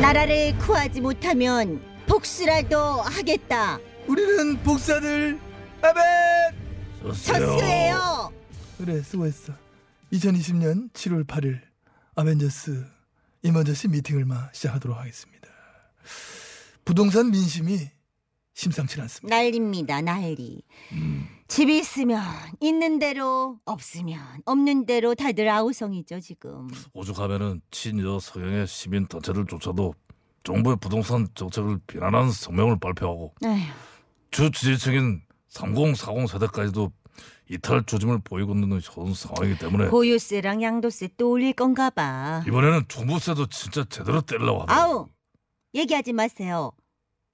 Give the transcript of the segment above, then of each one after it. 나라를 구하지 못하면 복수라도 하겠다. 우리는 복사들 아멘 첫수예요. 그래 수고했어 2020년 7월 8일 아벤져스 이머저시 미팅을 마 시작하도록 하겠습니다 부동산 민심이 심상치 네. 않습니다 난리입니다. 난리. 집이 있으면 있는 대로 없으면 없는 대로 다들 아우성이죠 지금. 오죽하면은 친여 서양의 시민 단체들조차도 정부의 부동산 정책을 비난하는 성명을 발표하고 에휴, 주 지지층인 3040 세대까지도 이탈 조짐을 보이고 있는 현 상황이기 때문에 보유세랑 양도세 또 올릴 건가 봐. 이번에는 종부세도 진짜 제대로 때리려고 하더라. 아우 얘기하지 마세요.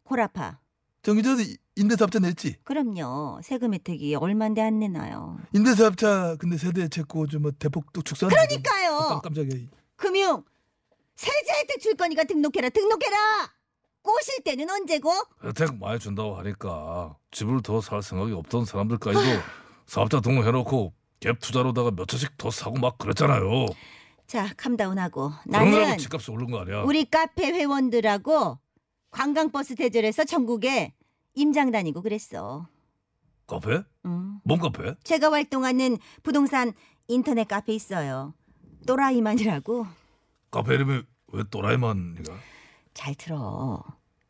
골아파. 정기자도 임대사업자 냈지 그럼요. 세금 혜택이 얼만데 안 내나요. 임대사업자 근데 세대 제고좀 뭐 대폭 또 축소한 그러니까요. 깜짝이야 금융 세제 혜택 줄 거니까 등록해라 등록해라. 꼬실 때는 언제고? 혜택 많이 준다고 하니까 집을 더 살 생각이 없던 사람들까지도 사업자 등록해놓고 갭 투자로다가 몇 차씩 더 사고 막 그랬잖아요. 자 캄다운하고 그런다고 나는 집값이 오른 거 아니야? 우리 카페 회원들하고 관광버스 대절해서 전국에 임장 다니고 그랬어. 카페? 음. 뭔 카페? 제가 활동하는 부동산 인터넷 카페 있어요. 또라이만이라고 카페 이름이 왜 또라이만이가? 잘 들어.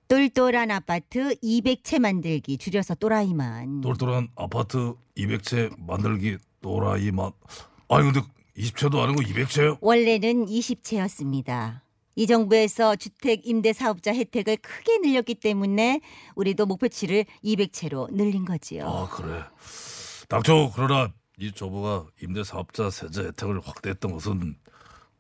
똘똘한 아파트 200채 만들기 줄여서 또라이만. 똘똘한 아파트 200채 만들기 또라이 맛. 아니 근데 20채도 아니고 200채요? 원래는 20채였습니다. 이 정부에서 주택 임대 사업자 혜택을 크게 늘렸기 때문에 우리도 목표치를 200채로 늘린 거지요. 아 그래. 당초 그러나 이 조부가 임대사업자 세제 혜택을 확대했던 것은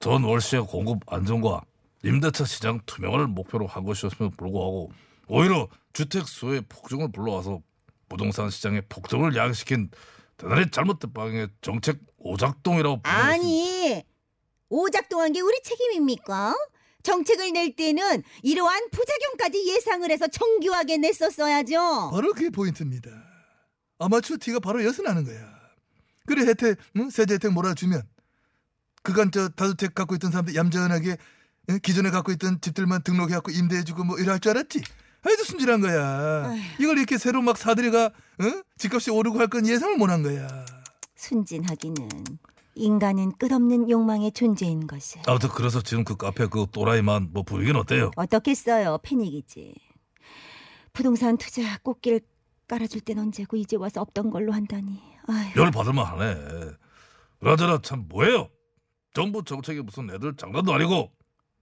전 월시의 공급 안정과 임대차 시장 투명화를 목표로 한 것이었음에도 불구하고 오히려 주택 수요의 폭증을 불러와서 부동산 시장의 폭등을 야기시킨 대단히 잘못된 방향의 정책 오작동이라고 불리는 아니 오작동한 게 우리 책임입니까? 정책을 낼 때는 이러한 부작용까지 예상을 해서 정교하게 냈었어야죠. 바로 그게 포인트입니다. 아마추어 티가 바로 여서 나는 거야. 그래 혜택, 응? 세제 혜택 몰아주면 그간 저 다주택 갖고 있던 사람들 얌전하게 응? 기존에 갖고 있던 집들만 등록해갖고 임대해주고 뭐 이럴 줄 알았지. 아주 순진한 거야. 이걸 이렇게 새로 막 사들이가 응? 집값이 오르고 할 건 예상을 못 한 거야. 순진하기는 인간은 끝없는 욕망의 존재인 것을 아무튼 그래서 지금 그 카페 그 또라이만 뭐 분위기는 어때요? 어떻겠어요? 패닉이지. 부동산 투자 꽃길 깔아줄 땐 언제고 이제 와서 없던 걸로 한다니. 아휴, 열 받을만 하네. 그나저나 참 뭐예요? 정부 정책이 무슨 애들 장난도 아니고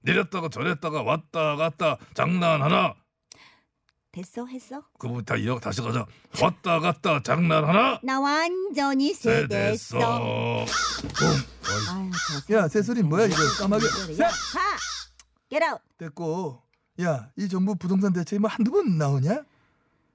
내렸다가 저랬다가 왔다 갔다 장난 하나 됐어 했어? 그 부분 다 이어 다시 가자 왔다 갔다 장난 하나 나 완전히 세됐어. 세대서 아유, 저 야, 새소리 뭐야, 이거. 까마귀. 야, 가! 깨라! 됐고 야 이 정부 부동산 대책이 뭐 한두 번 나오냐?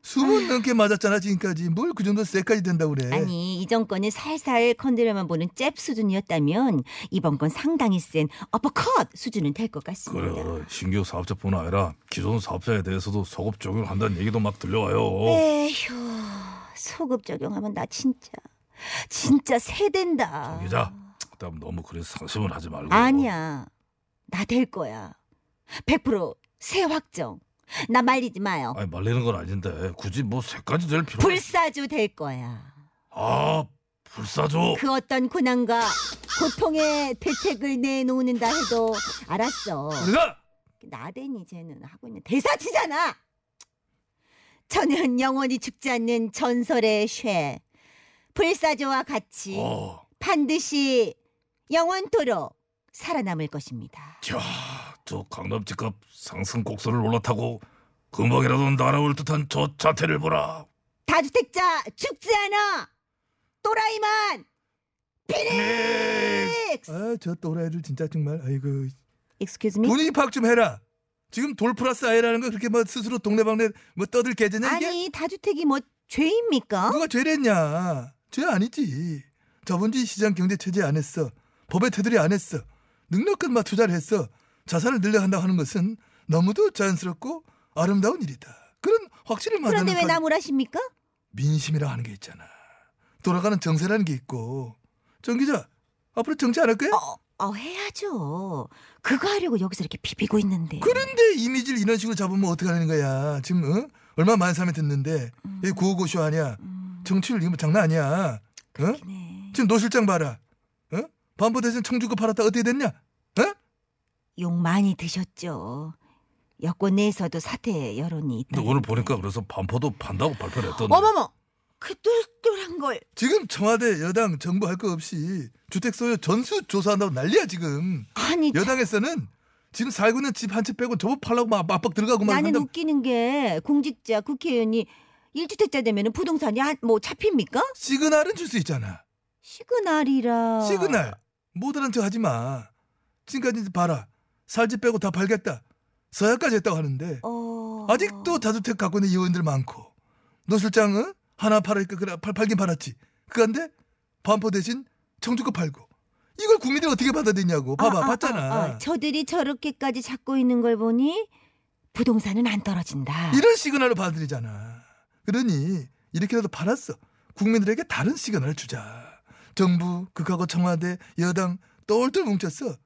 수분 넘게 맞았잖아 지금까지 뭘 그 정도 세까지 된다고 그래. 아니 이 정권은 살살 건드려만 보는 잽 수준이었다면 이번 건 상당히 센 어퍼컷 수준은 될 것 같습니다. 그래 신규 사업자뿐 아니라 기존 사업자에 대해서도 소급 적용한다는 얘기도 막 네. 들려와요. 에휴 소급 적용하면 나 진짜 진짜 세댄다. 기자 그다음 너무 그래 상심을 하지 말고 아니야 나 될 거야. 100%세 확정. 나 말리지 마요. 아니 말리는 건 아닌데 굳이 뭐 세까지 될 필요 불사조 될 거야. 아 불사조 그 어떤 고난과 고통의 대책을 내놓는다 해도 알았어. 불사 나댄이 쟤는 하고 있는 대사치잖아. 저는 영원히 죽지 않는 전설의 쇠 불사조와 같이 어. 반드시 영원토록 살아남을 것입니다. 야, 저 강남 집값 상승 곡선을 올라타고 금방이라도 날아올 듯한 저 자태를 보라. 다주택자 죽지 않아. 또라이만 피닉스! 아 저 또라이들 진짜 정말 아이고 Excuse me? 분위기 파악 좀 해라. 지금 돌 플러스 아이라는 거 그렇게 뭐 스스로 동네방네 뭐 떠들 개제냐 이게? 아니 다주택이 뭐 죄입니까? 누가 죄랬냐? 죄 아니지. 자본주의 시장 경제 체제 안 했어. 법의 테두리 안 했어. 능력껏 막 투자를 했어. 자산을 늘려간다고 하는 것은 너무도 자연스럽고 아름다운 일이다. 그런 확신을 말하는 그런데 왜 나무라십니까? 민심이라 하는 게 있잖아. 돌아가는 정세라는 게 있고. 정 기자, 앞으로 정치 안 할 거야? 어, 어 해야죠. 그거 하려고 여기서 이렇게 비비고 있는데. 그런데 이미지를 이런 식으로 잡으면 어떻게 하는 거야? 지금 어? 얼마 많은 사람이 듣는데 여기 구호고쇼 아니야? 음, 정치율 이거 뭐 장난 아니야? 어? 네. 지금 노 실장 봐라. 어? 반포 대신 청주구 팔았다 어떻게 됐냐? 어? 욕 많이 드셨죠. 여권 내에서도 사태 여론이 있다. 근데 오늘 보니까 그래서 반포도 판다고 발표를 했던데 어머머, 그 똘똘한 걸. 지금 청와대 여당 정부 할 거 없이 주택 소유 전수 조사한다고 난리야 지금. 아니 참, 여당에서는 지금 살고 있는 집 한 채 빼고 저거 팔라고 막 압박 들어가고 막 나는 한다. 웃기는 게 공직자 국회의원이 일주택자 되면은 부동산이 한, 뭐 잡힙니까? 시그널은 줄 수 있잖아. 시그널이라. 시그널 못하는 척 하지 마. 지금까지 이제 봐라. 살집 빼고 다 팔겠다. 서약까지 했다고 하는데 어. 아직도 자주택 갖고 있는 의원들 많고 노 실장은 하나 팔으니까 그래 팔, 팔긴 팔았지 그간데 반포 대신 청주가 팔고 이걸 국민들이 어떻게 받아들이냐고 봐봐 아, 아, 봤잖아 아, 아, 저들이 저렇게까지 잡고 있는 걸 보니 부동산은 안 떨어진다. 이런 시그널을 받아들이잖아 그러니 이렇게라도 팔았어 국민들에게 다른 시그널을 주자 정부 극하고 청와대 여당 똘똘 뭉쳤어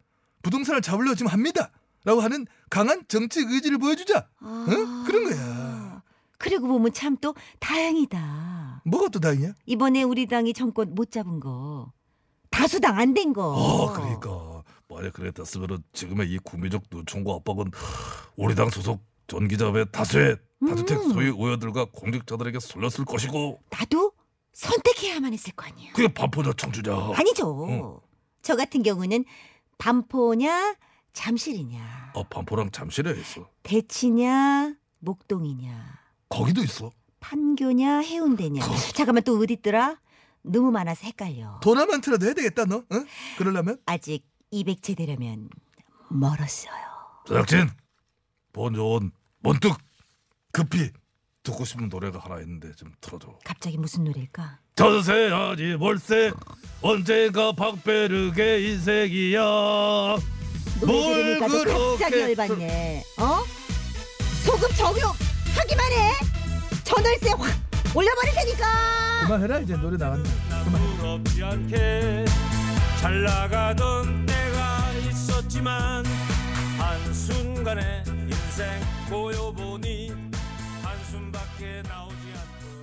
부동산을 잡으려고 지금 합니다 라고 하는 강한 정치 의지를 보여주자 아. 응? 그런 거야. 그리고 보면 참 또 다행이다. 뭐가 또 다행이야 이번에 우리 당이 정권 못 잡은 거. 다수당 안 된 거. 아 어, 그러니까 만약 그랬었으면 지금의 이 국민적 눈총과 압박은 우리 당 소속 전 기자회 다수의 다주택 음. 소유 의원들과 공직자들에게 쏠렸을 것이고 나도 선택해야만 했을 거 아니야. 그게 반포자 청주냐 아니죠. 어. 응. 저 같은 경우는 반포냐 잠실이냐 아 반포랑 잠실에 있어 대치냐 목동이냐 거기도 있어 판교냐 해운대냐 어. 잠깐만 또 어디더라 너무 많아서 헷갈려 도나만트라도 해야 되겠다 너 응? 그러려면 아직 200채 되려면 멀었어요 제작진 본 요원 문득 급히 듣고 싶은 노래가 하나 있는데 좀 틀어줘 갑자기 무슨 노래일까 전세 아니 월세 언젠가 박베르게 인생이야 노래 뭘 들으니까도 갑자기 그렇게 열받네 어? 소급 적용 하기만 해 전월세 확 올려버릴 테니까 그만해라 이제 노래 나간다 부럽지 않게 잘 나가던 때가 있었지만 한순간에 인생 꼬여보니 한숨밖에 나오지 않던